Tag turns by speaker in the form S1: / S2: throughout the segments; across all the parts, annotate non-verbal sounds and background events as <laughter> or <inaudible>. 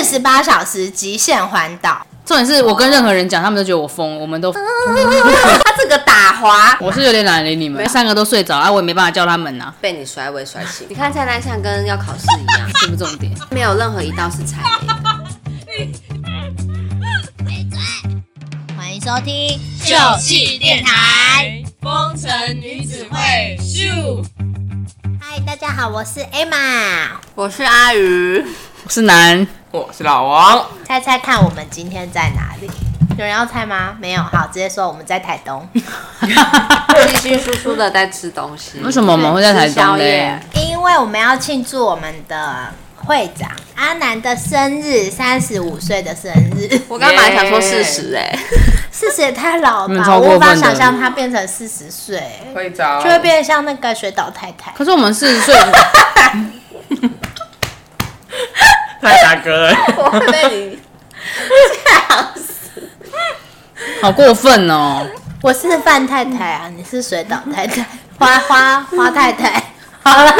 S1: 十八小时极限环岛。
S2: 重点是我跟任何人讲，他们都觉得我疯，我们都
S1: 啊他这个打滑，
S2: 我是有点懒得理你们，三个都睡着啊，我也没办法叫他们
S1: <laughs>
S2: 呐、
S3: 被你甩尾甩醒
S4: 你，看菜单像跟要考试一样，
S2: 这不重点。
S4: 没有任何一道是踩雷的。
S1: 欢迎收听
S5: 就气电台，风尘女子会咻。
S1: 嗨，大家好，我是 Emma。
S4: 我是阿鱼，
S2: 我是男，
S3: 我是老王，
S1: 猜猜看，我们今天在哪里？有人要猜吗？没有，好，直接说我们在台
S5: <laughs>
S1: 东，
S4: 继续叔叔的在吃东西。
S2: <laughs> 为什么我们会在台
S4: 吃宵
S2: 东
S4: 夜
S2: 嘞？
S1: 因为我们要庆祝我们的会长阿南的生日，三十五岁的生日。
S4: 我刚本来想说四十哎，
S1: 四十也太老了
S2: 嗯
S1: 吧，
S2: 超
S1: 我无
S2: 过分
S1: 法
S2: 的
S1: 想象他变成四十岁，
S3: 会啊长
S1: 就会变得像那个水岛太
S5: <laughs>
S1: 太。
S2: 可是我们四十岁，
S3: <laughs> 太大哥了，
S4: 我会被你
S2: 好过分哦！
S1: 我是范太太啊，你是水岛太
S2: <laughs>
S1: 太，花花花太太。好了，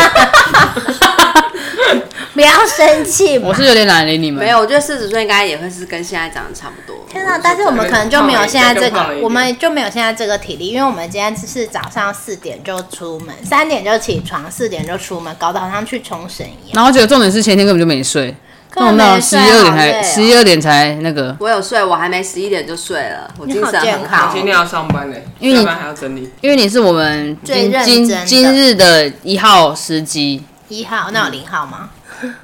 S1: <laughs> 不要生气嘛。
S2: 我是有点懒得理你们。
S4: 没有，我觉得四十岁应该也会是跟现在长得差不多。
S1: 天哪！但是我们可能就没有现在这
S3: 胖了
S1: 个，
S3: 一点
S1: 我们就没有现在这个体力，因为我们今天是早上四点就出门，三点就起床，四点就出门，搞得好像去冲绳一样。
S2: 然后结果重点是前天根本就没睡，
S1: 根本
S2: 弄到
S1: 没
S2: 十
S1: 睡
S2: 一二点
S1: 好累
S2: 才
S1: 哦
S2: 十一二点才那个，
S4: 我有睡，我还没十一点就睡了，我精神
S1: 你好健
S4: 很
S1: 康
S4: 好。
S3: 今天要上班呢，
S2: 因为你
S3: 下班还要整理。
S2: 因为你是我们
S1: 最
S2: 今
S1: 认真的
S2: 今今日的一号司机，
S1: 一号，那有零号
S2: <laughs>
S1: 吗？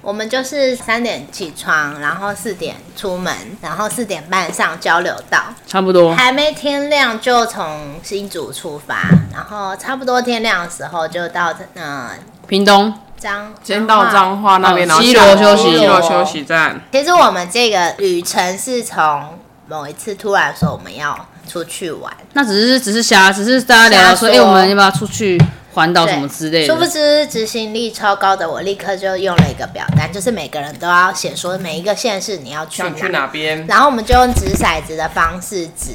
S1: 我们就是三点起床，然后四点出门，然后四点半上交流道，
S2: 差
S1: <laughs>
S2: 不多。
S1: 还没天亮就从新竹出发，然后差不多天亮的时候就到嗯、呃、
S2: 屏东
S1: 彰，
S3: 先到彰化那边，
S2: 哦
S3: 然后
S2: 西螺休息
S3: 西螺休息站，
S1: 其实我们这个旅程是从某一次突然说我们要出去玩，
S2: 那只是只是瞎，只是大家聊聊说，
S1: 瞎
S2: 哎、
S1: 说
S2: 我们要不要出去环岛
S1: 对
S2: 什么之类
S1: 殊不
S2: 的？
S1: 知执行力超高的我，立刻就用了一个表单，就是每个人都要写说每一个县市你要去
S3: 想去
S1: 哪，
S3: 哪边？
S1: 然后我们就用掷骰子的方式掷。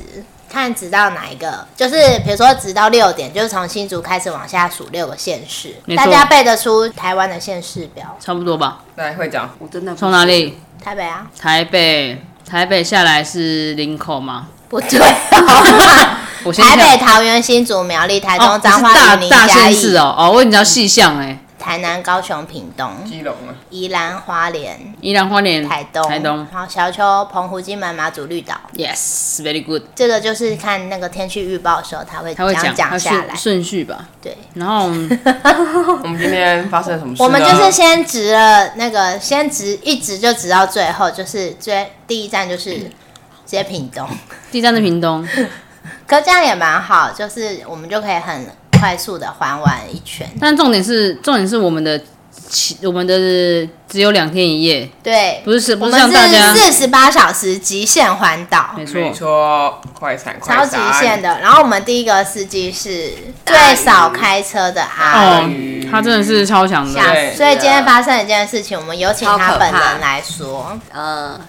S1: 看直到哪一个，就是比如说直到六点，就是从新竹开始往下数六个县市，
S2: 没
S1: 大
S2: 错
S1: 家背得出台湾的县市表，
S2: 差不多吧。
S3: 来，会长，
S4: 我真的不
S2: 从哪？里？
S1: 台北啊，
S2: 台北，台北下来是林口
S1: <laughs>
S2: 吗？
S1: 不对、哦，
S2: 我 <laughs> 先
S1: 台
S2: 跳
S1: 北、桃园、新竹、苗栗、台
S2: 哦
S1: 中、，彰
S2: 是
S1: 化、
S2: 大
S1: 云林、嘉
S2: 大县市
S1: 义、
S2: 哦，哦，我已经要细项哎，
S1: 台南、高雄、屏东、
S3: 基隆啊，
S1: 宜兰、花莲、
S2: 宜兰花莲、
S1: 台东、
S2: 台东
S1: 然后小丘、澎湖、金门、马祖、绿岛。
S2: ，yes，very good，
S1: 这个就是看那个天气预报的时候，他会
S2: 他会
S1: 这样
S2: 讲，他
S1: 讲下来
S2: 顺。顺序吧。
S1: 对，
S2: 然后
S3: 我们今天发生了什么事呢？
S1: 我们
S2: 啊
S1: 就是先直了那个，先直一直就直到最后，就是最第一站就是直接屏东。
S2: 第三是
S1: <laughs>
S2: 屏东，
S1: 可这样也蛮好，就是我们就可以很快速的环完一圈。
S2: 但重点是重点是我们的起我们的只有两天一夜，
S1: 对，
S2: 不是不
S1: 我
S2: 是
S1: 们
S2: 像大家
S1: 是四十八小时极限环岛，
S2: 没错
S3: 没错，快闪，
S1: 超
S3: 快
S1: 极
S3: 闪，
S1: 限的。然后我们第一个司机是最少开车的阿
S2: 哦
S1: 姨，
S3: 嗯，
S2: 他真的是超强
S1: 吓
S2: 的，
S3: 对
S1: 死所以今
S4: 啊
S1: 天发生了一件事情，我们有请他本人来说。
S4: 呃，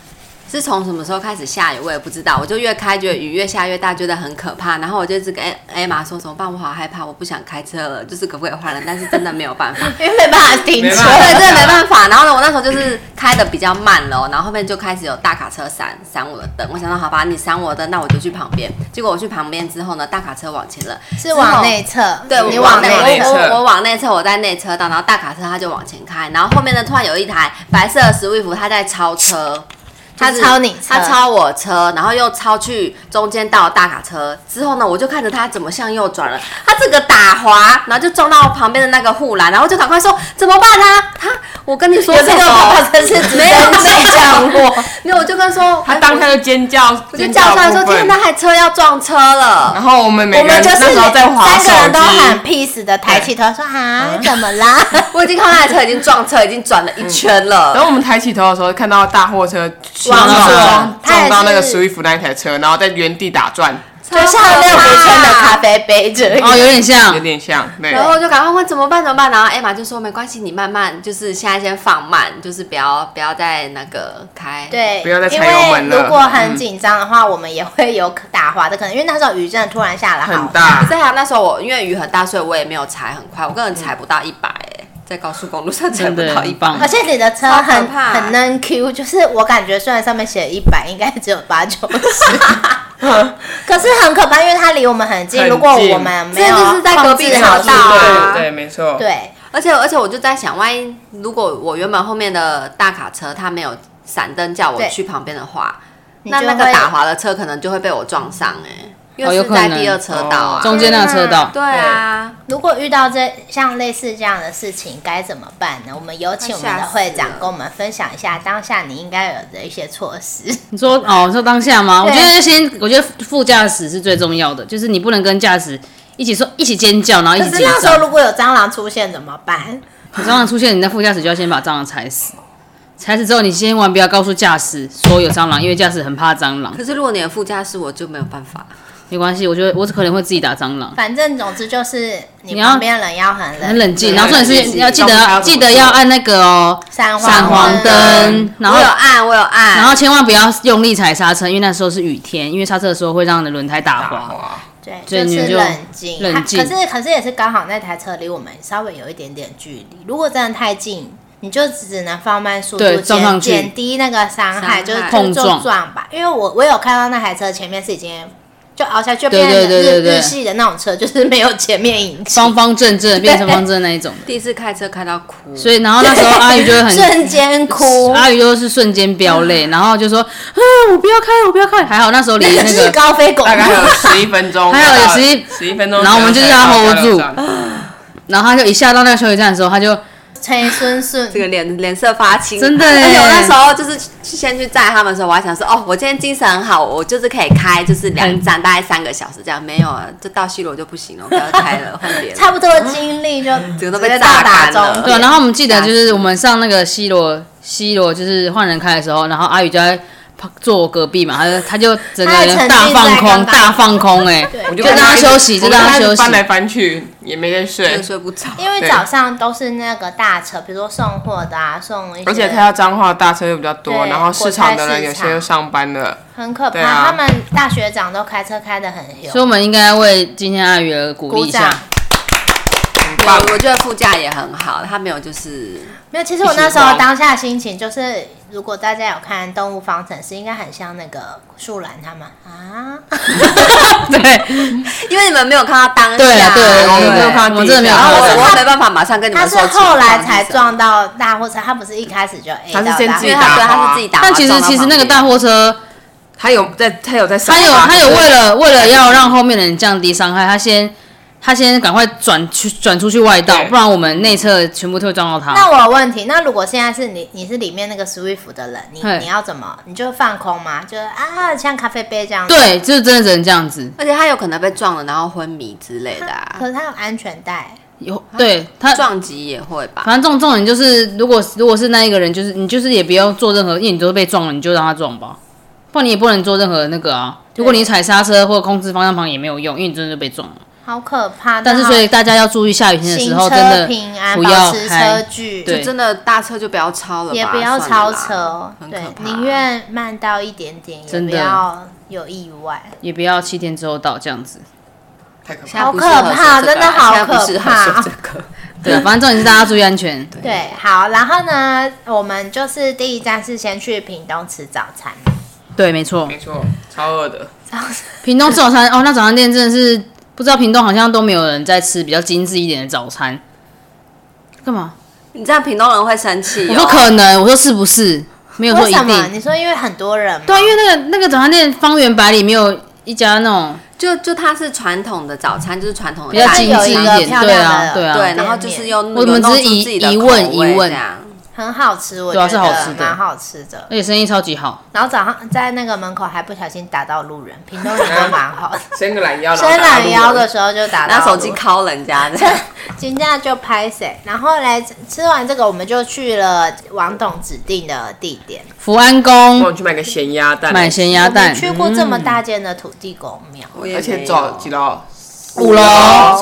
S4: 是从什么时候开始下雨，我也不知道。我就越开觉得雨越下越大，觉得很可怕。然后我就一直跟艾艾玛说怎么办，我好害怕，我不想开车了，就是可不可以换人？但是真的没有办法。
S1: 因为没办法停
S3: 没
S1: 车
S3: 办，法
S4: 对，真的没办法。然后呢，我那时候就是开的比较慢了，然后后面就开始有大卡车闪闪我的灯。我想说，好吧，你闪我的灯，那我就去旁边。结果我去旁边之后呢，大卡车往前了，
S1: 是往内侧，
S4: 对，我
S1: 你
S4: 往
S1: 往
S4: 内，
S1: 内侧。
S3: 侧
S4: 我我我往内侧，我在内车道，然后大卡车它就往前开，然后后面呢突然有一台白色的 Swift，它在超车。它
S1: 就是超你车
S4: 它超我车，然后又超去中间到大卡车之后呢，我就看着它怎么向右转了，它这个打滑，然后就撞到旁边的那个护栏，然后就赶快说怎么办啊？他，我跟你说
S1: 有
S4: 这
S1: 这个
S4: 个
S1: 话真是直
S4: 没有
S1: 升机降落，
S4: 没有，我就跟说，
S3: <laughs>
S4: 哎
S3: 他当下就尖叫，
S4: 我就叫出来说，天哪，
S3: 哪！
S4: 还车要撞车了 <laughs>
S3: 然。后我们每
S1: 我
S3: 个
S1: 们
S3: 人
S1: 就是
S3: 那时候在
S1: 三
S3: 滑
S1: 个
S3: 手
S1: 人都很
S3: 机，
S1: peace 的抬起头说啊，怎么
S3: <laughs>
S1: 啦？
S4: 我已经看到那台车已经撞车，已经转了一圈了。
S3: 然后我们抬起头的时候，看到大货车
S1: 往
S3: 撞
S1: 左
S3: 撞
S1: 他也
S3: 撞到那个
S1: 是
S3: Swift 那一台车，然后在原地打转，
S1: 就像那五圈的咖啡杯这
S2: 哦，
S1: <laughs> 个。
S2: 有点像
S1: 嗯
S3: 有，点像。对
S4: 然，后我就赶快问怎么办怎么办，然后艾玛就说没关系，你慢慢就是现在先放慢，就是不要不要再那个开。，
S1: 对，
S3: 不要再
S1: 因
S3: 踩油
S1: 为
S3: 门了
S1: 如果很紧张的话，我们也会有打滑的可能，因为那时候雨真的突然下来，好
S3: 很
S1: 大。
S3: 大
S1: 嗯
S4: 可。是还有那时候我因为雨很大，所以我也没有踩很快，我根本踩不到一百、哎，在高速公路上踩
S2: 真
S4: 不
S2: 的
S4: 到一
S2: 很
S4: 棒。
S2: 棒
S1: 而。且你的车
S4: 超可
S1: 很
S4: 怕
S1: 很能 Q，就是我感觉虽然上面写一百，应该只有八九十，
S3: <laughs>
S1: 可是很可怕，因为它离我们很近。
S3: 很
S1: 如果
S3: 近
S1: 我们没有
S4: 这就是在隔壁
S1: 控制好
S4: 吵到啊
S3: 对对，没错。
S1: 对，
S4: 而且而且我就在想，万一如果我原本后面的大卡车它没有闪灯叫我
S1: 对
S4: 去旁边的话，
S1: 你
S4: 那
S1: 就
S4: 那个
S1: 会
S4: 打滑的车可能就会被我撞上哎、欸，因
S2: 哦
S4: 为
S2: 有
S4: 是在
S2: 可能
S4: 第二车道
S1: 哦
S4: 啊。
S2: 中间那个车道，
S4: 对啊，
S1: 如果遇到这像类似这样的事情，该怎么办呢？我们有请我们的会
S4: 吓死了
S1: 长跟我们分享一下当下你应该有的一些措施。
S2: 你说哦，说当下吗？我
S1: 对
S2: 觉得先，我觉得副驾驶是最重要的，就是你不能跟驾驶一起说一起尖叫，然后一
S1: 可
S2: 起
S1: 是
S2: 紧
S1: 那时候
S2: 张。
S1: 如果有蟑螂出现怎么办？
S2: 你蟑螂出现，你在副驾驶就要先把蟑螂踩死。踩死之后，你千万不要告诉驾驶说有蟑螂，因为驾驶很怕蟑螂。
S4: 可是如果你的副驾驶，我就没有办法。
S2: 没关系，我觉得我可能会自己打蟑螂。
S1: 反正总之就是你
S2: 你要
S1: 旁边人要很冷
S2: 很冷静，
S3: 对
S2: 然后重点
S3: 冷
S2: 是
S3: 静
S2: 要记
S3: 懂它
S2: 得
S3: 怎么
S2: 记得要按那个哦
S1: 闪
S2: 闪黄灯，然后
S4: 我有按，我有按，
S2: 然后千万不要用力踩刹车，因为那时候是雨天，因为刹车的时候会让你的轮胎打
S3: 打
S2: 滑。
S3: 滑，
S1: 对，
S2: 所以
S1: 就
S2: 你
S1: 是
S2: 就
S1: 冷静，
S2: 冷
S1: 它
S2: 静
S1: 可是可是也是刚好那台车离我们稍微有一点点距离，如果真的太近，你就只能放慢速度
S2: 对，撞上
S1: 减
S2: 去
S1: 减低那个伤害，
S4: 伤
S1: 就是
S4: 害
S1: 就是
S2: 碰
S1: 就
S2: 撞
S1: 撞吧。因为我我有看到那台车前面是已经就凹下去，
S2: 对
S1: 变成
S2: 对对
S1: 日
S2: 对对
S1: 日系的那种车，就是没有前面引擎，
S2: 方方正正变成方正那一种，
S4: 第一次开车开到哭，
S2: 所以然后那时候阿宇就
S1: <laughs>
S2: 会很，
S1: 瞬间哭，
S2: 阿宇就是瞬间飙泪，然后就说啊我不要开，我不要开，还 <laughs> 好那时
S1: <laughs>
S2: 候离那
S1: 是
S2: 个，
S1: 高飞狗
S3: 大。概还有十一分钟，
S2: <laughs> 还有
S3: 到
S2: 11
S3: 十一分钟，
S2: 然后我们就是要 hold 住
S3: 加油站
S2: 然后他就一下到那个休息站的时候，他就
S1: 崔孙顺
S4: 这个脸脸色发青，
S2: 真的耶
S4: 而且我那时候就是去先去载他们的时候，我还想说，哦，我今天精神很好，我就是可以开，就是两站大概三个小时这样。没有啊，就到西罗就不行了，我不要开了，换别人。
S1: 差不多的经历就
S4: 整嗯个都
S1: 直接
S4: 被
S1: 到
S4: 榨
S1: 达
S4: 干
S1: 终
S4: 了
S1: 点
S2: 对啊，然后我们记得就是我们上那个西罗西罗就是换人开的时候，然后阿宇就在旁坐我隔壁嘛，他就他就整个人大放空，大放空哎、
S1: 对
S3: 我
S2: 就
S3: 看
S2: 让他休息，
S3: 我
S2: 就让他
S3: 看
S2: 休息
S3: 翻。来翻去也没在睡
S4: 就，睡不着，
S1: 因为
S3: 对
S1: 早上都是那个大车，比如说送货的啊，送一些，
S3: 而且开到彰化大车又比较多，
S1: 对
S3: 然后市场的人
S1: 国泰
S3: 有
S1: 市场
S3: 些又上班了，
S1: 很可怕。
S3: 对啊
S1: 他们大学长都开车开得很
S2: 所以
S1: 凶，
S2: 我们应该为今天阿宇而鼓励
S1: 鼓
S2: 一下
S1: 掌。。
S3: 很棒
S4: 我。我觉得副驾也很好，他没有就是
S1: 没有，其实我那时候当下心情就是，如果大家有看《动物方程式》，应该很像那个树懒他们
S3: <laughs>
S1: 啊，
S2: <laughs>
S4: <laughs>
S2: 对
S4: 因为你们没有看到当下，
S2: 对啊对啊，
S3: 我们没有看到
S2: 对我们真的没有
S3: 地
S4: 欸然
S2: 看
S4: 后
S2: 到
S4: 我
S2: 当
S4: 我
S2: 下。
S4: 也没办法马上跟你
S1: 他
S4: 们
S1: 是
S4: 说，
S1: 后来才，撞到大货车，他不是一开始就 A
S3: 他是
S1: 到
S3: 先
S1: 大
S3: 自
S1: 货
S4: 因为
S3: 己
S1: 车。
S4: 他对他是自己打滑
S2: 但其
S4: 撞
S2: 实
S4: 到
S2: 其实
S4: 旁
S2: 那个
S4: 边
S2: 大货车，
S3: 他有在，他有在上
S2: 他
S3: 班，
S2: 有他有
S3: 可是
S2: 为了为了要让后面的人降低伤害，他先他先赶快转去转出去外道，
S3: 对
S2: 不然我们内侧全部都会撞到他。
S1: 那我有问题，那如果现在是你，你是里面那个 Swift 的人，你
S2: 嘿
S1: 你要怎么？你就放空吗？就是啊，像咖啡杯这样子。
S2: 对，就是真的只能这样子。
S4: 而且他有可能被撞了，然后昏迷之类的、啊
S1: 可，是他有安全带，
S2: 有对他，
S4: 撞击也会吧。
S2: 反正重重点就是，如果如果是那一个人，就是你就是也不要做任何，因为你都被撞了，你就让他撞吧，不然你也不能做任何那个啊。如果你踩刹车或控制方向盘也没有用，因为你真的就被撞了。
S1: 好可怕。
S2: 但是
S1: 那
S2: 所以大家要注意下雨天的时
S1: 行
S2: 候，
S1: 车
S2: 真的
S1: 平安，
S2: 不
S1: 保
S2: 要
S1: 持车
S2: 开。
S1: 距，
S2: 对
S4: 就真的大车就不要超了吧，
S1: 也不要
S4: 算
S1: 超
S4: 了啦
S1: 车，哦
S4: 很可
S1: 对
S4: 怕，。
S1: 宁愿慢到一点点，也
S2: 真
S1: 不
S2: 的
S1: 要有意外。
S2: 也不要七天之后到这样子。
S3: 太可怕
S4: 现
S3: 了。
S1: 好
S4: 在不适合
S1: 可
S4: 说
S1: 怕
S4: 这个
S1: 真的好
S4: 现在不适合
S1: 可怕
S4: 说
S1: <laughs>
S4: 这个
S2: 对，反正重点是大家注意安全。对，
S1: 对，好，然后呢，我们就是第一站是先去屏东吃早餐，
S2: 没错。
S3: 没错，超饿的。
S2: 屏东吃早餐哦，那早餐店真的是不知道屏东好像都没有人在吃比较精致一点的早餐。干嘛？
S4: 你这样屏东人会生气、
S2: 我
S4: 哦。
S2: 说可能，我说是不是？没有说
S1: 为
S2: 一
S1: 什么？
S2: 定。
S1: 你说因为很多人吗？
S2: 对啊，因为那个那个早餐店方圆百里没有一家那种
S4: 就就它是传统的早餐，就是传统的
S2: 比较
S4: 早餐
S2: 精致一
S1: 有一个
S2: 点，
S1: 漂
S2: 对
S1: 亮
S2: 啊，
S1: 的
S2: 对啊，
S4: 对，
S1: 店
S4: 然后就是又
S2: 我们
S4: 有弄
S2: 只是
S4: 出
S2: 疑
S4: 自己的
S2: 疑问
S4: 口味
S2: 疑问
S4: 这样
S1: 很好吃，我
S2: 对
S1: 觉
S2: 啊是好吃
S1: 得
S2: 的
S1: 蛮好吃的
S2: 而。且生意超级好。
S1: 然后早上在那个门口还不小心打到路人，屏东人都蛮好
S2: <laughs>
S1: 的，
S3: 伸个懒腰，
S1: 伸懒腰的，时候就打到
S4: 拿
S1: 路
S4: 手
S1: 人
S4: 机敲人家的，
S1: <laughs> 今天就拍谁？然后来吃完这个，我们就去了王董指定的地点，
S2: 福安
S3: 我
S2: 宫
S3: 去买个咸鸭蛋，
S2: 买咸鸭
S1: 我没
S2: 蛋，
S1: 去过这么大间的土地公庙，
S4: 我也
S3: 而且
S4: 没
S3: 走
S4: 有
S3: 几楼？
S2: 五楼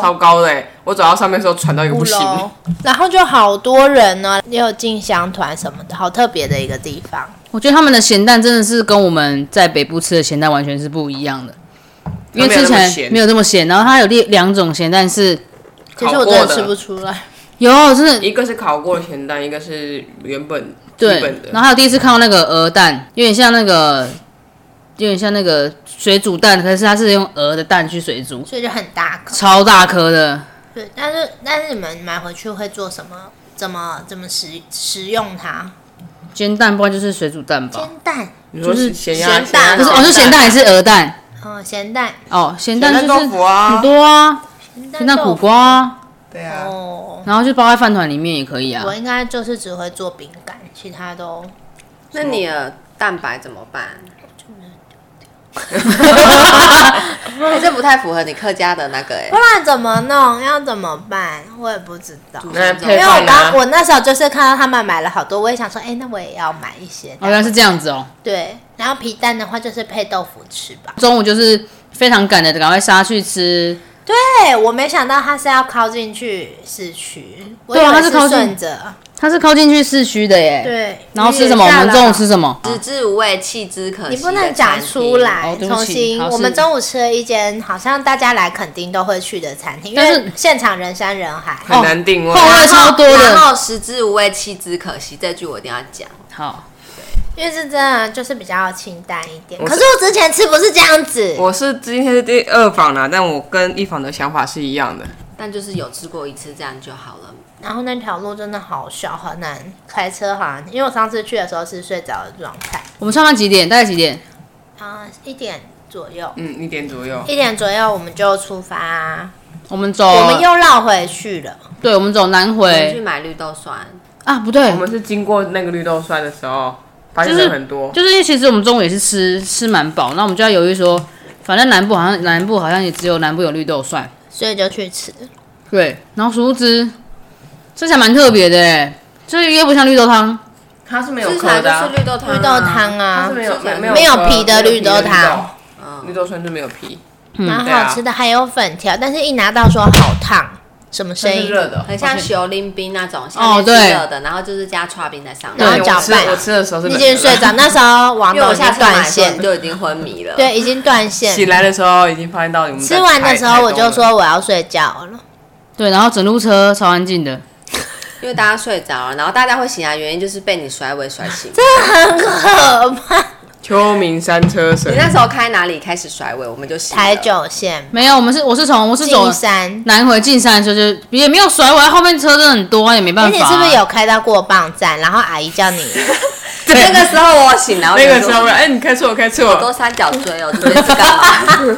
S3: 超高的欸。我走到上面的时候，喘到一个不行。
S1: 楼，然后就好多人呢，也有进香团什么的，好特别的一个地方。
S2: 我觉得他们的咸蛋真的是跟我们在北部吃的咸蛋完全是不一样的，因为吃起来没有这么咸。然后它有两两种咸蛋是
S1: 其实我真的吃不出来，
S2: 有，真的
S3: 一个是烤过的咸蛋，一个是原本基
S2: 对
S3: 本。的
S2: 然。后还有第一次看到那个鹅蛋，有点像那个，有点像那个水煮蛋，可是它是用鹅的蛋去水煮，
S1: 所以就很大口。
S2: 超大颗的。
S1: 对，但是但是你们买回去会做什么？怎么怎么食食用它？
S2: 煎蛋不然就是水煮蛋吧？
S1: 煎蛋，
S3: 你说
S2: 就是
S3: 咸鸭
S4: 咸蛋
S2: 不是，
S4: 哦
S2: 哦，是咸蛋还是鹅蛋？
S1: 嗯，咸蛋，
S2: 哦，咸
S3: 咸
S2: 蛋
S3: 蛋
S2: 就
S3: 豆
S2: 是
S3: 腐啊
S2: 很，多啊，
S1: 咸
S2: 咸蛋苦
S1: 豆腐
S2: 瓜啊，
S3: 对，
S1: 哦。
S2: 然后就包在饭团里面也可以啊
S1: 我。应该就是只会做饼干，其他都
S4: 那你的蛋白怎么
S1: <laughs>
S4: 办？还是不太符合你客家的那个哎、
S1: 不然怎么弄？要怎么办？我也不知道。
S3: 那
S1: 因
S3: 配
S1: 为我
S3: 饭
S1: 刚
S3: 啊，
S1: 我那时候就是看到他们买了好多，我也想说，哎、那我也要买一些。
S2: 哦，原来是这样子哦。
S1: 对，然后皮蛋的话就是配豆腐吃吧。
S2: 中午就是非常赶的，赶快杀去吃。
S1: 对，我没想到它是要靠进去市区，我
S2: 对啊
S1: 以为
S2: 它是靠近
S1: 顺着。
S2: 它是靠近去市区的耶。。
S1: 对，
S2: 然后吃什么？
S1: 雨也
S2: 我
S1: 下
S2: 们
S1: 了
S2: 中午吃什么？
S4: 食之无味，弃之可
S1: 你
S4: 惜。
S1: 不能讲出。来，
S2: 哦对不
S1: 重
S2: 起
S1: 新。
S2: 好
S1: 我
S2: 是
S1: 们中午吃了一间好像大家来垦丁都会去的餐厅，因
S2: 但
S1: 为
S2: 是
S1: 现场人山人海。
S3: 很难定位
S1: 哦
S2: 后。味超多
S4: 然
S2: 的。
S4: 后食之无味，弃之可惜，这句我一定要讲。
S2: 好，
S1: 因为是真的就是比较清淡一点。
S3: 我
S1: 可
S3: 是
S1: 是我之前吃不是这样子，
S3: 我是今天是第二访啦，但我跟一访的想法是一样的。
S4: 但就是有吃过一次，这样就好了。
S1: 然后那条路真的好小，好难开车，好难。因为我上次去的时候是睡着的状态，
S2: 我们上班几点？大概几点？
S1: 啊、一点左右，
S3: 嗯，一点左右。
S1: 一点左右我们就出发，
S2: 我们走。
S1: 我们又绕回去了。
S2: 对，我们走南
S4: 我们去
S2: 回
S4: 买绿豆酸，
S2: 啊，不对
S3: 我，们是经过那个绿豆酸的时候，发现
S2: 就是
S3: 人很多。
S2: 就是因为其实我们中午也是吃吃蛮饱，那我们就在犹豫说，反正南部好像南部好像也只有南部有绿豆蒜。
S1: 所以就去吃，
S2: 对，然后殊不知，这还蛮特别的哎，就是又不像绿豆汤，
S3: 它是没
S4: 吃起来就是绿豆汤、
S1: 绿豆汤，
S3: 它
S1: 啊
S3: 是，没有没有
S1: 没有
S3: 壳
S1: 皮的
S3: 没
S1: 绿豆汤
S3: 豆，绿豆酸就没有皮，
S1: 蛮
S3: 对啊
S1: 好吃的，还有粉条，但是一拿到说好烫，什么声
S3: 它是
S1: 音？
S3: 热的，
S4: 很像
S3: 而且
S4: 雪淋冰那种，下
S2: 哦
S4: 面是
S2: 对
S4: 热的，然后就是加刨冰在上面
S1: 然。后
S3: 对
S1: 搅
S3: 我吃
S1: 拌
S3: 我吃的时候是
S1: 你
S3: 冷
S1: 已
S3: 的
S1: 经睡着，那时候王
S4: 因为
S1: 董
S4: 我
S1: 已
S4: 下
S1: 经
S4: 次买
S1: 断
S4: 的时候你
S1: 线，
S4: 就已经昏迷了。，
S1: 对，已经断
S3: 醒
S1: 线。
S3: 来的时候已经发现到你们在
S1: 吃完的
S3: 台
S1: 时候我
S3: 台东
S1: 就
S3: 了
S1: 说我要睡觉了。
S2: 对，然后整路车超安静的，
S4: 因为大家睡着了，然后大家会醒来，原因就是被你甩尾甩醒。
S1: 可怕！
S3: 秋名山车神
S4: 你，那时候开哪里开始甩尾，我们就醒
S1: <laughs>
S4: 了。
S1: 台九线
S2: 没有，我们是我是从我是走
S1: 金山，
S2: 南回进山的时候就也没有甩尾，后面车真的很多，也没
S1: 哎，
S2: 办法、啊
S1: 你是不是？有开到过磅站？然后阿姨叫
S2: <laughs>
S1: 你，
S4: 那个时候我醒来，我
S3: 那个
S4: 就
S3: 时
S4: 说
S3: 候哎，你开错我开错
S4: 多
S3: 了，
S4: 三角锥哦，这边是干嘛？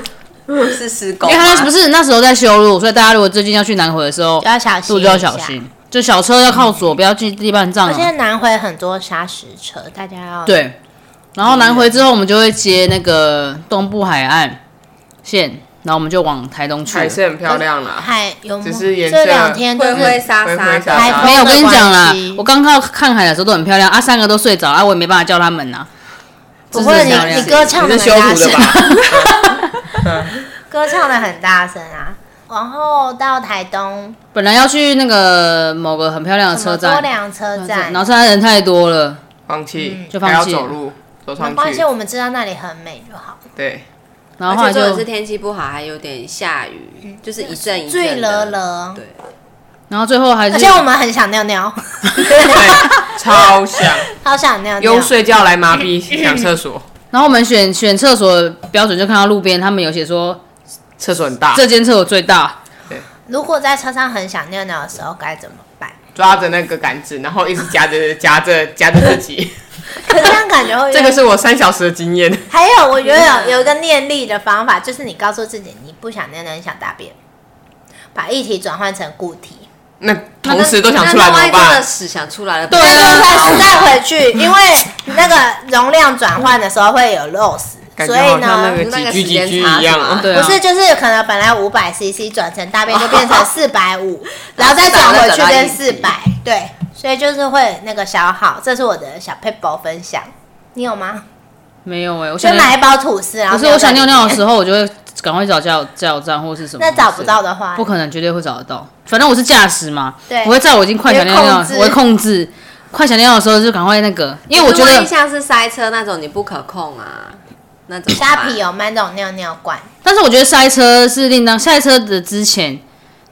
S4: 是施工
S1: 啊
S2: 因为他不
S4: 吗？
S2: 是那时候在修路，所以大家如果最近要去南回的时候，
S1: 要小心，
S2: 路就要小。心，就小车要靠左，不要
S1: 哦
S2: 进地bàn障、
S1: 而且
S2: 啊。
S1: 南回很多砂石车，大家要
S2: 对，然后南回之后，我们就会接那个东部海岸线，然后我们就往台东去了
S3: 还。是很漂亮啦。
S1: 海有
S3: 只是沿
S1: 这
S3: 着
S1: 两天都
S4: 灰灰
S1: 是
S4: 沙
S3: 灰
S4: 沙
S3: 灰
S4: 的
S3: 沙，
S1: 台风
S2: 没有，我跟你讲
S1: 的
S2: 啦
S1: 关系，
S2: 我刚靠看海的时候都很漂亮啊，三个都睡着啊，我也没办法叫他们呐、啊。
S1: 不会
S2: 真的很漂
S1: 你
S2: 亮
S1: 你歌唱
S3: 你
S1: 的
S3: 是
S1: 很
S3: 修
S1: 大
S3: 图的
S1: 声，
S3: 吧？
S1: <laughs> 歌唱的很大声啊。然后到台东
S2: 本来要去那个某个很漂亮的
S1: 什么
S2: 车
S1: 多
S2: 站，
S1: 良车站
S2: 然，后车站人太多了，
S3: 放弃，
S2: 就
S3: 还要
S2: 放弃
S3: 走路走
S1: 没
S3: 上
S1: 关
S3: 去
S1: 系，，我们知道那里很美就好。
S3: 对，
S2: 然后后
S4: 而
S2: 来
S4: 且
S2: 就
S4: 重点是天气不好，还有点下雨，就是一阵一
S1: 醉
S4: 阵的
S1: 了了，
S4: 对，
S2: 然后最后还是
S1: 而且我们很想尿尿， <laughs>
S3: 对，超香，
S1: 好想尿尿
S3: 用。睡觉来麻痹想厕所，
S2: 然后我们选选厕所的标准就看到路边他们有写说
S3: 厕所很大，
S2: 这间厕所最大，
S1: 啊如果在车上很想尿尿的时候该怎么办？
S3: 抓着那个杆子，然后一直夹着夹着夹着自己。
S1: 可这样感觉
S2: <laughs>
S1: 会有
S3: 这个是我三小时的经验，
S1: 还有，我觉
S2: 嗯
S1: 得有有一个念力的方法，就是你告诉自己你不想尿尿，你想大便，把液体转换成固体，
S3: 那同时都想出来
S4: 那
S3: 怎
S4: 万一
S3: 么
S4: 真的
S3: 办？
S4: 屎想出来了，
S2: 对
S1: 然
S2: 啊
S1: 后再再回去，因为那个容量转换的时候会有漏死，
S3: 感
S1: 所
S3: 觉
S1: 以
S3: 好像那
S1: 呢
S3: 个。
S4: 那个
S3: 几居
S4: 时间
S3: 几居
S4: 差
S3: 一样啊。
S2: 对啊，
S1: 不是，就是可能本来五百 CC 转成大便就变
S2: <laughs>
S1: 成四百五，然后再转回去变四百，对，所以就是会那个消耗。这是我的小 paper 分享，你有吗？
S2: 没有哎、我
S1: 就
S2: 想
S1: 买一包吐司，然后
S2: 可是我想尿尿的
S1: 候，
S2: 时候，我就会赶快找加油加油站或是什
S1: <laughs>
S2: 么，
S1: 那找不到的话，
S2: 不可能，绝对会找得到。反正我是驾驶嘛，
S1: 对
S2: 我会在我已经快想尿尿
S1: 你会控制，
S2: 我会控制快想尿尿的时候就赶快那个，因为我觉
S4: 可是万
S2: 得，
S4: 一像是塞车那种，你不可控啊，那种
S1: 哦虾皮有卖那种尿尿罐，
S2: 但是我觉得塞车是另当，塞车的之前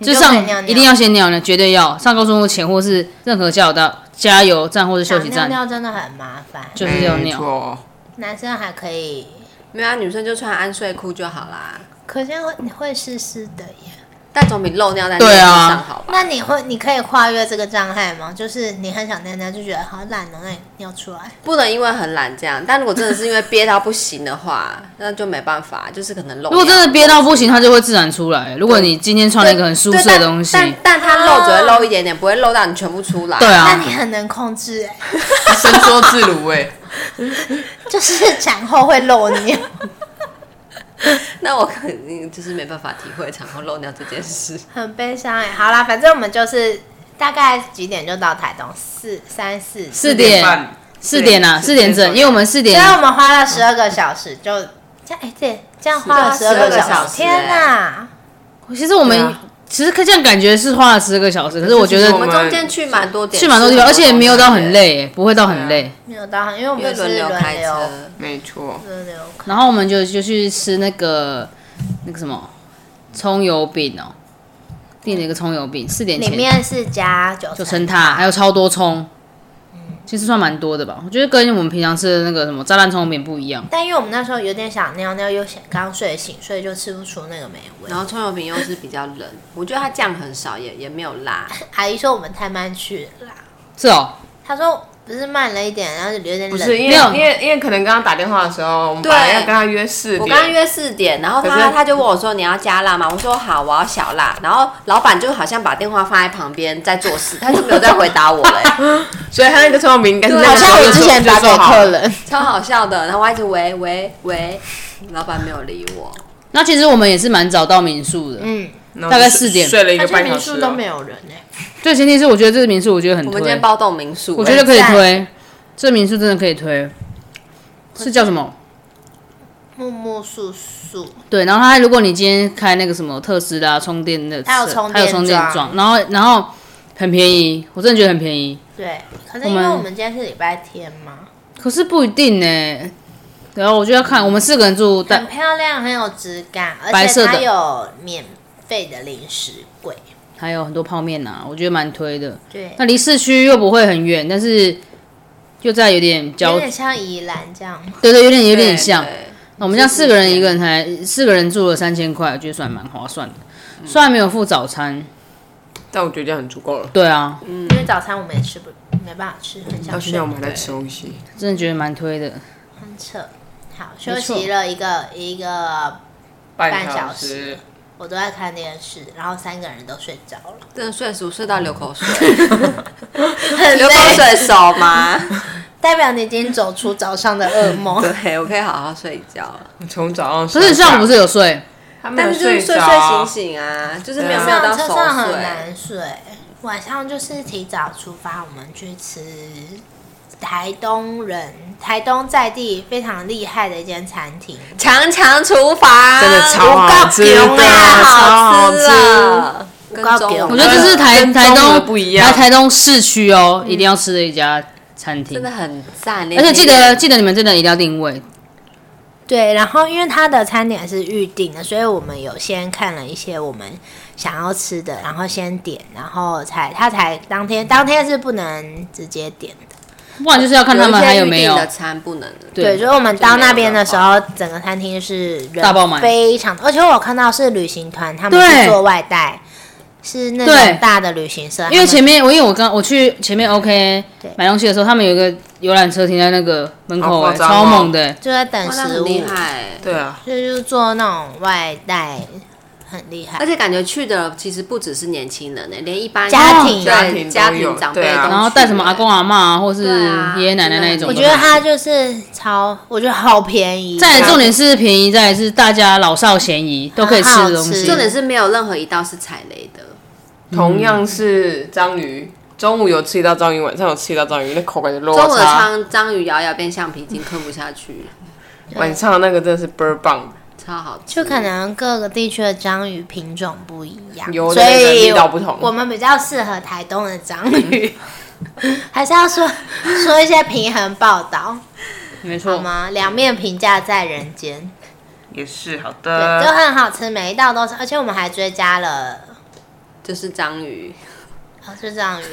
S2: 就
S1: 就
S2: 上
S1: 可以尿尿
S2: 一定要先尿尿，绝对要上高速公路前或是任何加油道、加油站或是休息
S1: 尿
S2: 站，
S1: 尿真的很麻烦，
S2: 就是要
S3: 没
S2: 尿。
S3: 错，
S1: 男生还可以，
S4: 没有啊，女生就穿安睡裤就好啦，
S1: 可是会你会湿湿的耶。
S4: 但总比漏尿在
S2: 对啊
S4: 内裤上好吧？
S1: 那你会你可以跨越这个障碍吗？就是你很想尿尿，就觉得好懒哦，那你尿出来。
S4: 不能因为很懒这样，但如果真的是因为憋到不行的话，那就没办法，就是可能漏尿。
S2: 如果真的憋到不行，它就会自然出来。如果你今天穿了一个很舒适
S4: 对
S2: 的东西，
S4: 但但但它漏只会漏一点点，不会漏到你全部出来。
S2: 对
S1: 那
S2: 啊，
S1: 你很能控制哎，
S3: 伸缩自如哎、
S1: <laughs> 就是产后会漏尿。
S4: 那我肯定就是没办法体会产后漏尿这件事。
S1: 很悲伤哎、好啦，反正我们就是大概几点就到台东，四三四
S2: 四
S3: 点
S2: 点
S3: 半，
S2: 四点啊，四点整，因为我们四
S1: 所以
S2: 点
S1: 我们花了十二个小时就，这样哎、对，这样花了十
S4: 是
S1: 二
S4: 啊
S1: 个
S4: 12个
S1: 小
S4: 小
S1: 时，
S4: 时
S1: 天哪！
S2: 其实我
S3: 对
S2: 们
S3: 啊
S2: 其实这样感觉是花了十个小时，可是我啊觉
S3: 其实
S2: 得
S4: 我们中间去蛮多点，
S2: 去蛮多地方，而且没有到很
S4: 累，
S2: 累耶，不会到很累。
S1: 没有到，因为我
S4: 因为
S1: 们是
S4: 轮流开
S1: 流
S4: 车。
S3: 没错，
S1: 轮流开
S2: 然后我们就就去吃那个那个什么葱油饼哦，订了一个葱油饼，四点
S1: 里
S2: 前
S1: 面是加九
S2: 就称它，还有超多葱，其实算蛮多的吧。我觉得跟我们平常吃的那个什么炸弹葱油饼不一样，
S1: 但因为我们那时候有点想尿尿，又想刚睡醒，所以就吃不出那个美味
S4: 然。后葱油饼又是比较冷，我觉得它酱很少，也也没有辣。
S1: <laughs> 阿姨说我们太慢去了啦，
S2: 是哦，
S1: 她说不是慢了一点，然后有点
S3: 不是
S1: 冷。
S3: 因
S2: 没
S3: 为
S2: 有
S3: 因为因为可能刚刚打电话的时候，我们
S4: 对
S3: 本来要跟他约四
S4: 我刚刚
S3: 点，
S4: 约四点，然后
S3: 可
S4: 他
S3: 是
S4: 他就问我说你要加辣吗？我说好，我要小辣。然后老板就好像把电话放在旁边在做事，他就没有再回答我嘞、哎
S3: 所以他那个聪明应该
S2: 啊
S3: 是
S1: 好
S3: 那个时
S1: 像
S3: 候
S1: 我
S3: 就
S1: 之
S3: 说
S1: 前
S3: 就
S1: 打给
S3: 说好
S1: 客
S3: 了，
S1: 人，
S4: <laughs> 超好笑的。然后我一直喂喂喂，老板没有理我。
S2: 那其实我们也是蛮早到民宿的，
S1: 嗯，
S3: 然后
S2: 大概
S3: 就
S2: 四点
S3: 睡了一个
S1: 而且
S3: 半小
S1: 民
S3: 时
S1: 宿
S3: 了，
S1: 都没有人哎、
S2: 最前提是我觉得这个民宿我觉得很
S4: 我们今天
S2: 推，
S4: 包栋民宿、
S2: 嗯
S4: 哎
S2: 我觉得可以
S1: 很赞
S2: 推，这民宿真的可以推，是叫什么？
S1: 木木素素，
S2: 对，然后它如果你今天开那个什么特斯拉充电的车，
S1: 它有充
S2: 它有
S1: 电
S2: 充电
S1: 桩
S2: 桩，然后然后很便宜，我真的觉得很便宜，
S1: 对。可是
S2: 我
S1: 因
S2: 们
S1: 为我们今天是礼拜天嘛，
S2: 可是不一定呢。然后我就要看我们四个人住，但
S1: 很漂亮，很有质感，而
S2: 白
S1: 且
S2: 色
S1: 它
S2: 的
S1: 有免费的零食柜。
S2: 还有很多泡面呐、我觉得蛮推的。
S1: 对，
S2: 那离市区又不会很远，但是又在有点
S1: 有
S2: 郊，
S1: 点像宜兰这样。
S2: 对对，有点有点像。
S4: 对
S2: 我们家四个人，一个人才四个人住了三千块，我觉得算蛮划算的。虽然没有付早餐，
S3: 但我觉得这样很足够了。
S2: 对啊，
S1: 因为早餐我们也吃不，没办法吃，很
S3: 到
S1: 想
S3: 现
S1: 睡
S3: 在我，们还在吃东西，
S2: 真的觉得蛮推的。
S1: 很扯。好，休
S2: 错
S1: 息了一个一个，
S3: 半
S1: 小
S3: 小
S1: 时
S3: 时，
S1: 我都在看电视，然后三个人都睡着了，
S4: <laughs> 真的睡熟睡到流口水，
S2: <laughs>
S4: <laughs>
S1: 很
S4: 流口
S1: 累，
S4: 水手吗？
S1: 代表你已经走出早上的噩梦。
S4: 对，我可以好好睡一觉了，
S3: 从早上
S2: 可是你上午不是有睡？
S3: 他没有
S4: 但是就是睡
S3: 着
S4: 睡醒醒啊，就是 <laughs> 没有
S3: 对啊
S4: 没有到
S1: 上车
S4: 熟
S1: 上很
S4: 睡。
S1: 难睡，晚上就是提早出发，我们去吃台东人台东在地非常厉害的一间餐厅，
S4: 强强厨房
S3: 真的超好吃的，
S4: 对
S2: 啊
S3: 超好
S4: 好吃
S3: 吃。
S4: 了。跟
S1: 告
S4: 中
S1: 给
S4: 午
S1: 我
S2: 我觉得这是台
S3: 呃跟
S2: 台
S3: 中和
S2: 东
S3: 不一样嗯
S2: 来台东市区哦，一定要吃的一家餐厅
S4: 真。的很赞，
S2: 而且记得
S4: 连
S2: 记得你们真的一定要定位，
S1: 对，然后因为它的餐点是预定的，所以我们有先看了一些我们想要吃的，然后先点，然后才它才当天当天是不能直接点的。
S2: 不然就是要看他们
S4: 一些
S2: 还有
S4: 预
S2: 没
S4: 定
S2: 有
S4: 的。餐不能
S1: 对，
S2: 对
S1: 所以我们到那边的时候，整个餐厅是人
S2: 大爆满
S1: 非常，而且我有看到是旅行团他们
S2: 对
S1: 是做外带，是那
S2: 对
S1: 种大的旅行社，
S2: 因为
S1: 他们
S2: 前面我因为我刚我去前面 OK
S1: 对
S2: 买东西的时候，他们有一个游览车停在那个门口、
S3: 好
S2: 哎，
S3: 夸张哦
S2: 超猛的、哎
S1: 就在等
S4: 哇，那
S1: 食
S4: 很
S1: 物，
S4: 厉害。
S3: 对啊，
S1: 所以就是做那种外带，很厉害
S4: 而。且感觉去的其实不只是年轻人呢，欸连一般
S1: 家庭
S3: 家庭
S4: 对
S3: 都
S4: 家
S3: 有
S4: 庭长辈
S3: 对
S4: 都
S3: 啊
S4: 去
S2: 然后带什么阿公阿嬷啊，或是
S4: 对啊
S2: 爷爷奶奶那一种
S1: 我
S2: 的。
S1: 觉得它就是超，我觉得好便宜。
S2: 再来重点是便宜，再来是大家老少咸宜都可以吃的东
S1: 很好吃
S3: 嗯
S2: 西。
S4: 重点是没有任何一道是踩雷的，
S3: 同样是章鱼，中午有吃一道章鱼，晚上有吃一道章鱼，那口感就落
S4: 中午的
S3: 差。
S4: 汤章鱼咬咬变橡皮筋，吞不下去，
S3: 晚上那个真的是倍儿棒，
S4: 超好吃。
S1: 就可能各个地区的章鱼品种不一样，
S3: 有
S1: 所
S3: 的人
S1: 以
S3: 力道不同
S1: 我们比较适合台东的章鱼，还是要说说一些平衡报道
S2: 没
S1: 好
S2: 错，
S1: 吗？两面评价在人间，
S3: 也是好
S2: 呃
S1: 对，就。很好吃，每一道都是，而且我们还追加了
S4: 就是章鱼，
S1: 哦，是章鱼，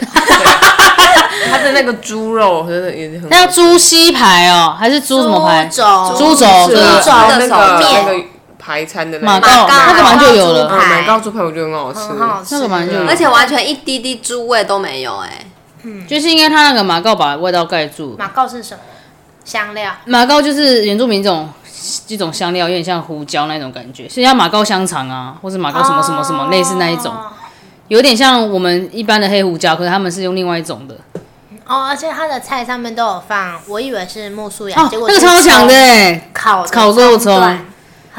S3: 它的那个猪肉真的也很
S2: 那要猪膝排哦，还是猪什么排？
S1: 肘，
S2: 猪肘
S3: 是
S2: 对
S3: 啊
S1: 猪肘
S3: 还有那
S4: 的
S3: 个
S1: 手面
S3: 那个排餐的
S2: 马
S3: 那
S2: 告
S3: 个，
S2: 那个好像就有了
S1: 马
S3: 嗯，
S1: 告
S3: 买到猪排我觉得很好吃，
S1: 嗯很好吃，
S2: 那个蛮就有
S4: 而且完全一滴滴猪味都没有、哎，
S2: 就是应该它那个马告把味道盖住。
S1: 马告是什么？香料，
S2: 马告就是原住民这种一种香料，有点像胡椒那种感觉，所以像马告香肠啊，或是马告什么什么什么，类似那一种，
S1: 哦
S2: 有点像我们一般的黑胡椒，可是他们是用另外一种的。
S1: 哦，而且它的菜上面都有放，我以为是木素芽，
S2: 哦
S1: 结，果
S2: 那个
S1: 是
S2: 超强的
S1: 葱
S2: 哎，
S1: 烤的
S2: 烤肉
S1: 葱段
S2: 葱，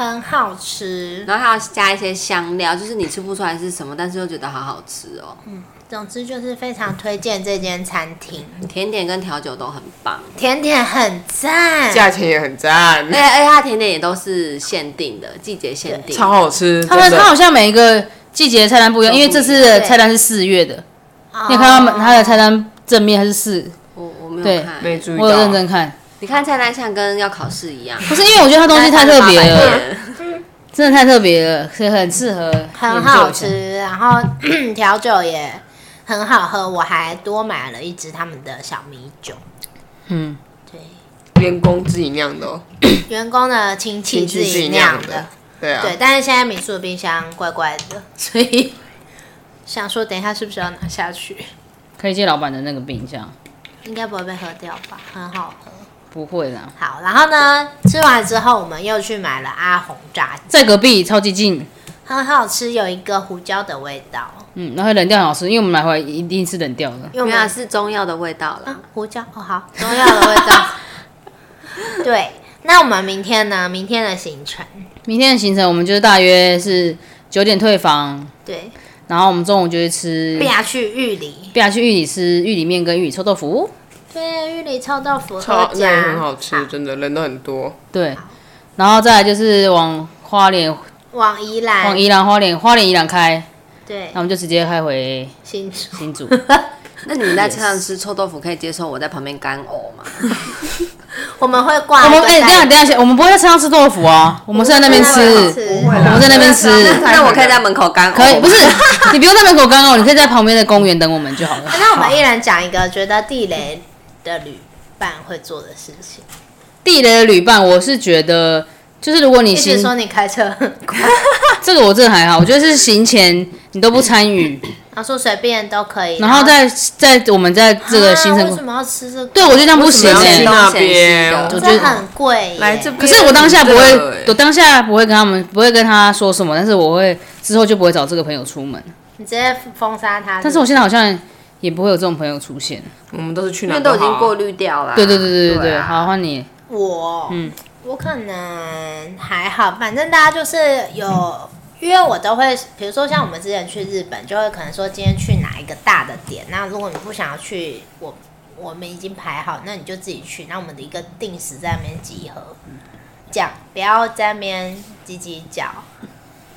S1: 很好吃。
S4: 然后还要加一些香料，就是你吃不出来是什么，但是又觉得好好吃哦。
S1: 总之就是非常推荐这间餐厅，
S4: 甜点跟调酒都很棒，
S1: 甜点很赞，
S3: 价钱也很赞
S4: 而且，而且它甜点也都是限定的，季节限定。
S3: 超好吃，
S2: 他
S3: 真
S2: 们它好
S3: 的。
S2: 像每一个季节菜单不一样，因为这次的
S1: 对
S2: 菜单是四月的，
S1: 哦
S2: 你有看到吗它的菜单正面还是四？
S4: 我我没
S2: 对
S4: 有看，
S3: 没注意
S2: 我有认
S3: 到，
S2: 真看，
S4: 你看菜单像跟要考试
S1: <laughs>
S4: 一样，
S2: 不是因为我觉得它东西太特别
S1: 哎
S4: 大概
S2: 了，
S4: 300元
S2: 真的太特别了，所以很适合
S1: 很
S2: 研究
S1: 好
S2: 一下。
S1: 吃，然后调酒也很好喝，我还多买了一支他们的小米酒。
S2: 嗯，
S1: 对，
S3: 员工自己酿的哦，
S1: 员工的亲戚
S3: 亲
S1: 自
S3: 戚自
S1: 己
S3: 己
S1: 酿
S3: 酿
S1: 的
S3: 的，，对啊，
S1: 对，但是现在米叔的冰箱怪怪的，所以想说等一下是不是要拿下去？
S2: 可以借老板的那个冰箱，
S1: 应该不会被喝掉吧，很好喝。
S2: 不会啦，
S1: 好，然后呢，吃完之后我们又去买了阿红炸鸡，
S2: 在隔壁超级近。
S1: 很好吃，有一个胡椒的味道，
S2: 嗯，然后冷掉很好吃，因为我们买回来一定是冷掉的。
S1: 因为我
S4: 没有啊
S1: 们
S4: 是中药的味道了。
S1: 啊胡椒哦
S2: <laughs>
S1: 好，中药的味道。对，那我们明天呢？明天的行程，
S2: 明天的行程我们就是大约是九点退房，
S1: 对，
S2: 然后我们中午就去吃，
S1: 不要去玉里，
S2: 不要去玉里吃玉里面跟玉里臭豆腐。
S1: 对，啊玉里臭豆腐
S3: 超
S1: 喝
S3: 那
S2: 啊
S3: 也
S1: 家
S3: 很好
S1: 啊
S3: 吃，真的人都很多，
S2: 对，然后再来就是往花莲，
S1: 往宜兰，
S2: 往宜兰花莲，花莲宜兰开，
S1: 对
S2: 那我，们就直接开回
S1: 新竹。
S2: 新竹。
S4: 那你们在车上吃臭豆腐，可以接受我在旁边干呕吗？
S1: <laughs> 我们会挂
S2: 我
S1: 一个
S2: 们
S1: 在，
S2: 哎、等一下等一下，我们不会在车上吃豆腐啊，我们是在那边吃，
S1: 吃
S2: 我们在那边吃，
S4: 那那我可以在门口干呕吗，
S2: 可以不是你不用在门口干哦，你可以在旁边的公园等我们就好了。
S1: 那我们一人讲一个觉得地雷的旅伴会做的事情。
S2: 地雷的旅伴，我是觉得就是如果你
S1: 一直
S2: 行
S1: 说你开车 <laughs> 很快，
S2: 这个我这还好，我觉得是行前你都不参与，
S1: 然后说随便都可以，
S2: 然后在在我们在这个行
S1: 啊为什
S2: 程，
S1: 么要吃这个？
S2: 对我觉得这样不行
S3: 为什么要
S2: 哎、
S3: 去那
S4: 东西
S3: 边
S4: 的
S2: 我觉
S1: 这
S2: 得
S1: 很贵耶。
S3: 来这边
S2: 可是我当下不
S3: 真的
S2: 会
S3: 欸，
S2: 我当下不会跟他们，不会跟他说什么，但是我会之后就不会找这个朋友出门。
S1: 你直接封杀他。
S2: 但是我现在好像也不会有这种朋友出现。
S3: 我们都是去
S4: 因
S3: 哪
S4: 为
S3: 好
S4: 都已经过滤掉了。
S2: 对对对对对
S4: 对
S2: 对，
S4: 啊
S2: 好换你。
S1: 我，
S2: 嗯
S1: 我可能还好，反正大家就是
S2: 嗯
S1: 有，因为我都会，比如说像我们之前去日本，就会可能说今天去哪一个大的点，那如果你不想要去，我我们已经排好，那你就自己去，那我们的一个定时在那边集合，
S2: 嗯
S1: 这样不要在那边挤挤脚，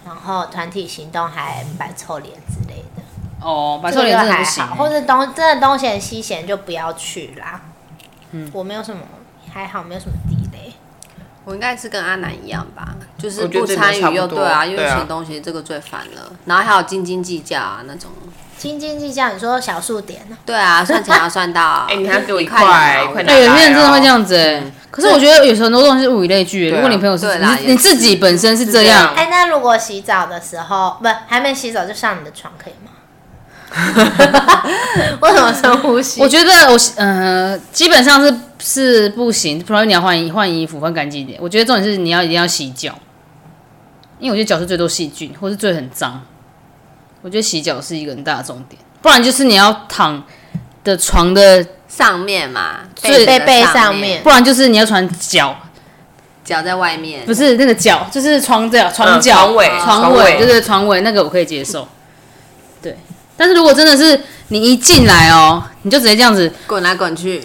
S1: 然后团体行动还摆臭脸之类的。
S2: 哦，白
S1: 这
S2: 瘦
S1: 个
S2: 脸真
S1: 就
S2: 的
S1: 还
S2: 不行
S1: 好，，或者东真的东嫌西嫌就不要去啦。嗯，我没有什么，还好没有什么地雷。
S4: 我应该是跟阿南一样吧，就是
S3: 我觉
S4: 不
S3: 得这
S4: 参
S3: 里差
S4: 与
S3: 不
S4: 又
S3: 多
S4: 对啊，因为
S3: 对啊
S4: 选东西这个最烦了，然后还有斤斤计较啊那种。
S1: 斤斤计较，你说小数点呢？
S4: 对啊，算钱要算到啊。
S3: <laughs> 哎你还给我一块
S4: 两毛
S3: 一块
S2: 对，哎有些人真的会
S3: 来哦
S2: 这样子哎。可是我觉得有时候很多东西是物以类聚，
S3: 对
S2: 如
S3: 啊
S2: 果你朋友是
S4: 对啦
S2: 你你
S4: 也
S2: 自己本身是
S3: 是
S2: 这
S3: 这
S2: 样
S3: 样，
S1: 哎，那如果洗澡的时候，不还没洗澡就上你的床，可以吗？为什么深呼吸？
S2: 我觉得我呃，基本上是是不行，除非你要换衣换衣服，换干净一点。我觉得重点是你要一定要洗脚，因为我觉得脚是最多细菌，或是最很脏。我觉得洗脚是一个很大的重点，不然就是你要躺的床的，
S4: 上面嘛，
S2: 最
S4: 的
S1: 背背上
S4: 上
S1: 面，
S2: 不然就是你要穿脚，
S4: 脚在外面
S2: 不。是那个脚，就是床脚、床脚、
S3: 嗯床尾
S2: 床
S3: 床
S2: 尾，
S3: 尾
S2: 对对，床尾那个我可以接受。对，但是如果真的是你一进来哦，你就直接这样子，
S4: 滚来滚去，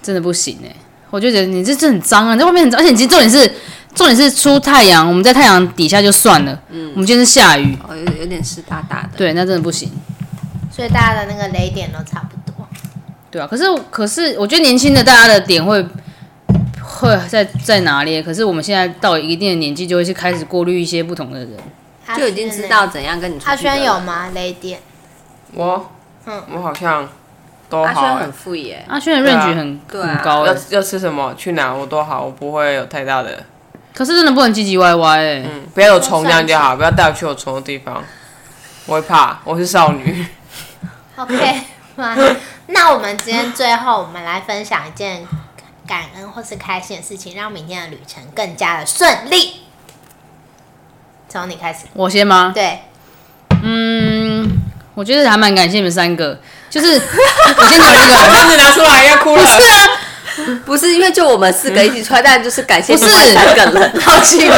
S2: 真的不行哎、我就觉得你这这很脏啊，你在外面很脏，而且你今重点是重点是出太阳，我们在太阳底下就算了，
S3: 嗯
S2: 我们今天是下雨，
S4: 哦，有有点湿哒哒的。
S2: 对，那真的不行，
S1: 所以大家的那个雷点都差不多。
S2: 对啊。可是可是我觉得年轻的大家的点会会在在哪里？可是我们现在到一定的年纪，就会去开始过滤一些不同的人，
S1: 阿
S4: 就已经
S1: 轩
S4: 知
S1: 呢
S4: 道怎样跟你出去。
S1: 阿轩有？吗？雷电
S3: 我，
S1: 嗯
S3: 我好像都
S4: 阿
S3: 好、
S4: 轩
S3: 欸
S4: 很。富耶，
S2: 阿轩的
S3: 对啊
S2: range 很、
S4: 对啊
S2: 很高
S3: 要
S2: 哎、
S3: 要吃什么，去哪我都好，我不会有太大的，
S2: 可是真的不能唧唧歪歪哎、
S3: 嗯，不要有虫这样就好，不要带我去有虫的地方，我会怕，我是少 <laughs> 女。
S1: ，OK 吗？那我们今天最后，我们来分享一件感恩或是开心的事情，让明天的旅程更加的顺利。从你开始，
S2: 我先吗？
S1: 对，
S2: 嗯，我觉得还蛮感谢你们三个，就是我先讲那个，
S1: <laughs>
S2: 啊
S3: 帽子拿出来要哭了，
S4: 不是因为就我们四个一起穿，但就是感谢
S2: 不是
S4: 你们三个人，好奇怪。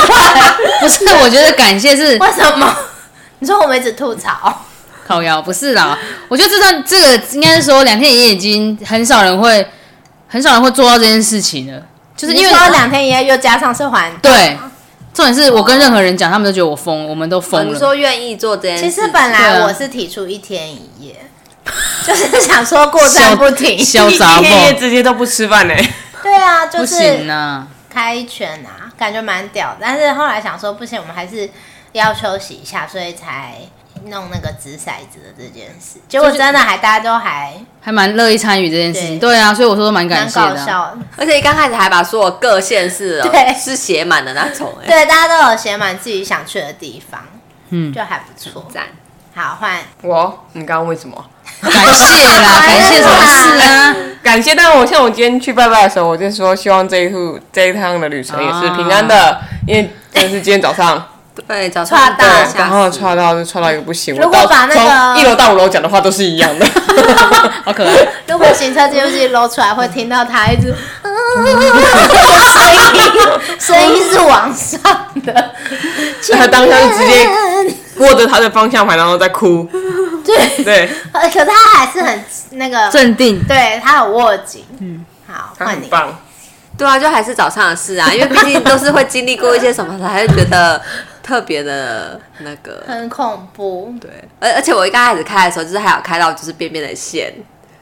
S2: 不是，我觉得感谢是
S1: 为什么？ <laughs> 你说我们一直吐槽，
S2: 烤腰，不是啦。我觉得这段这个应该是说两天一夜已经很少人会，很少人会做到这件事情了，就是因为
S1: 你说两天一夜又加上是环，
S2: 对，重点是我跟任何人讲，他们都觉得我疯，我们都
S4: 哦
S2: 疯
S4: 你
S2: 了。
S4: 说愿意做这件事
S1: 其
S4: 情，
S1: 实本
S2: 对
S1: 来
S2: 啊
S1: 我是提出一天一夜，就是 <laughs> 想说过站不停。
S2: <laughs> 小杂
S3: 一天夜
S2: 梦
S3: 直接都不吃饭呢、
S1: 对啊，就
S2: 不
S1: 是
S2: 行啊，
S1: 开拳啊，感觉蛮屌。但是后来想说不行，我们还是要休息一下，所以才弄那个掷骰子的这件事。结果真的还大家都还
S2: 还蛮乐意参与这件事情。
S1: 对
S2: 对啊，所以我说蛮感
S1: 蛮
S2: 谢的
S1: 搞
S2: 啊、
S1: 笑的。
S4: 而且一刚开始还把所有各县市哦
S1: 对
S4: 是写满的那种，哎，
S1: 对，大家都有写满自己想去的地方，
S2: 嗯，
S1: 就还不错。
S4: 赞。
S1: 好，换
S3: 我，你刚刚为什么？
S2: 感谢啦，感谢什么
S1: <laughs>
S2: 事啊？
S3: 感谢，但我像我今天去拜拜的时候，我就说希望这一路这一趟的旅程也是平安的，因为真的是今天早上，
S4: 对，早
S1: 刷大
S4: 上大
S1: 啊
S3: 对，
S4: 下
S3: 然后串到就串到一个不行，
S1: 如果
S3: 我到
S1: 把那个
S3: 从一楼到五楼讲的话都是一样的， <laughs>
S2: 好可爱。
S1: 如果行车记录器露出来，会听到他一
S3: <laughs>
S1: 直，啊声音声音是往上的，
S3: 他当下就直接握着他的方向盘，然后再哭，
S1: <laughs> 对，呃
S3: 对，
S1: 可是他还是很那个，
S2: 镇定，
S1: 对他有握紧，嗯，好，
S3: 他
S1: 换
S3: 很
S1: 你，
S3: 棒。
S4: 对啊，就还是早上的事啊，因为毕竟都是会经历过一些什么，才会觉得特别的那个。
S1: 很恐怖，
S4: 对，而而且我一刚开始开的时候，就是还有开到就是边边的线，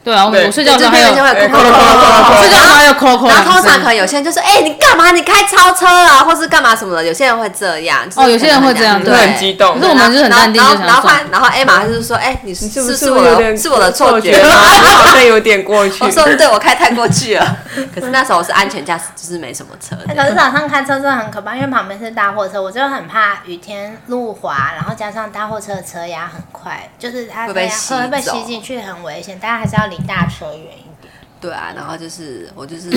S2: 对啊，我
S3: 对
S2: 我睡觉
S4: 就
S2: 的时
S4: 是
S2: 候
S4: 边
S2: 还有，
S4: 边
S2: 睡
S4: 就
S2: 觉
S4: 会
S3: 哎
S4: 有
S3: 扣了扣了扣了扣了
S2: 的时候还有扣扣。
S4: 然后通常可能有些人就说：“哎、你干嘛？你开超车啊，或是干嘛什么的。”有些人会这样。就是
S2: 哦有些人会这样
S4: 可
S3: 对
S4: 能
S3: 很激动
S2: 可是我们就是很淡定，
S4: 然
S2: 就
S4: 后
S2: 想
S4: 然后
S2: 算
S4: 然后然后 A 玛就是说：“哎、你是
S3: 是
S4: 是
S3: 不
S4: 是
S3: 我
S4: 我
S3: 有点
S4: 的是我的错
S3: 错
S4: 觉
S3: 吗？
S4: 吗？”
S3: 我好像有点过去
S4: 我。说：“对，我开太过去了。”可是那时候我是安全驾驶，就是没什么车的。
S1: 可是早上开车真的很可怕，因为旁边是大货车，我就很怕雨天路滑，然后加上大货车的车压很快，就是它
S4: 会被
S1: 那样
S4: 吸
S1: 会被
S4: 走
S1: 吸进去，很危险，大家还是要离大车远一点。
S4: 对啊，然后就是我就是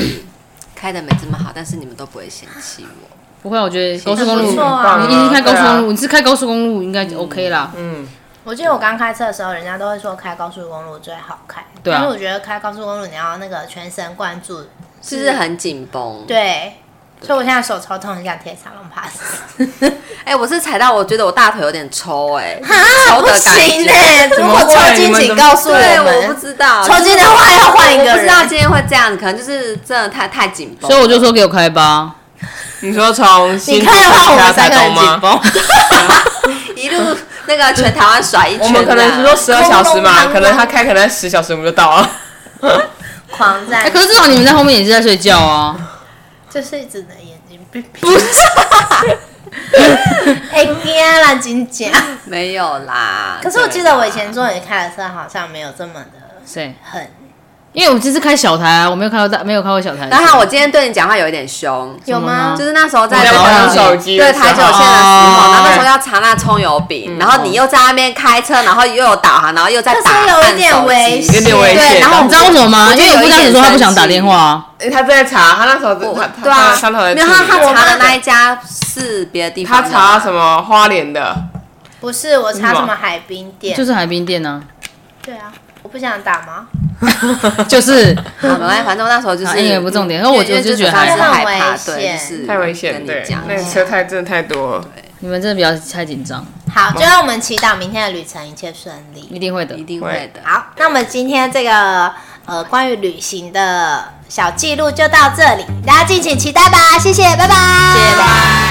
S4: 开的没这么好，但是你们都不会嫌弃我。
S2: 不会啊，我觉得高速公
S1: 很
S2: 路，
S1: 不错啊
S3: 棒
S2: 你一直开高速公
S3: 对啊
S2: 路，你是开高速公路应该 OK 啦。
S3: 嗯，
S1: 我记得我刚开车的时候，人家都会说开高速公路最好开，
S2: 对啊
S1: 但是我觉得开高速公路你要那个全神贯注，
S4: 是不是很紧绷？，
S1: 对，所以我现在手超痛，很想贴长龙 pass。
S4: 哎、我是踩到，我觉得我大腿有点抽、哎，
S1: 啊
S4: 抽的感觉。
S1: 欸如果抽筋，请告诉
S4: 对，
S1: 我
S4: 我
S1: 们
S4: 不。知道，
S1: 抽筋的话要换一个人
S4: 我不知道今天会这样，可能就是真的太太紧绷。
S2: 所以我就，说给我开吧，
S3: 你说从新
S1: 你看的话，我们三
S3: 台
S1: 个人
S3: 东
S1: 紧
S3: 吗？
S1: 绷。
S4: 一路那个全台湾甩一圈这
S3: <laughs> 我
S4: 样。
S3: 们可能是说十二小时
S1: 空空
S3: 嘛，
S1: 荡荡
S3: 可能他开可能十小时我们就到了。
S1: 狂
S2: 哎、
S1: 战，
S2: 可是至少你们在后面也是在睡觉啊。
S1: 就是只能眼睛闭闭。不是，哎呀啦，金甲。
S4: 没有啦。
S1: 可是我记得我以前坐你开的车好像没有这么的
S2: 谁？
S1: 狠，
S2: 因为我这次开小台啊，我没有开过大，没有开过小台。
S4: 对啦。然后我今天对你讲话有一点凶，
S1: 有吗
S2: 什么
S4: 就是那时候在
S3: 在
S2: 我
S3: 玩
S2: 玩
S3: 手机
S4: 对
S3: 的时候嗯
S4: 台九线的时候，
S2: 哦
S4: 然后那时候要查那葱油饼，然后你又在那边开车，然后又有导航，然后又在
S1: 可
S4: 打，
S1: 是有一点危险
S3: 有点危险
S4: 对，然后
S2: 你知道为什么吗？
S4: 我
S2: 因
S4: 就
S2: 为
S4: 有
S2: 我
S4: 一
S2: 不当时
S4: 点
S2: 说他不想
S4: 生气
S2: 打电话啊。
S3: 欸 <laughs> 他正在查，他那时候他他
S4: 对啊
S3: 他他那时候，在
S4: 没有他
S3: 处理
S4: 他查的那一家是别的地方
S3: 他
S4: 的，
S3: 查什么花莲的，
S1: 不是我查
S3: 是吗
S1: 什么海冰店
S2: 就，是海滨店呢、
S1: 对啊，我不想打吗？
S2: 啊，就是
S4: 好没关系，反正我那时候就
S2: 啊
S4: 是嗯
S2: 因为不重点因为我
S4: 因为
S2: 我就
S4: 就
S2: 觉得
S4: 早上
S2: 还
S4: 是
S1: 好
S4: 害怕，
S1: 太危
S4: 对，就
S1: 险
S4: 是
S3: 太危险，
S4: 跟
S3: 对
S4: 你讲，，
S3: 那个车太真的太多了，
S2: 你们真的比较太紧张，
S1: 好，就让我们祈祷明天的旅程一切顺利。
S2: 一定会的
S4: 一。定会的。
S1: 好，那我们今天这个呃关于旅行的小记录就到这里，大家敬请期待吧，谢谢，拜拜，谢
S4: 谢谢拜拜。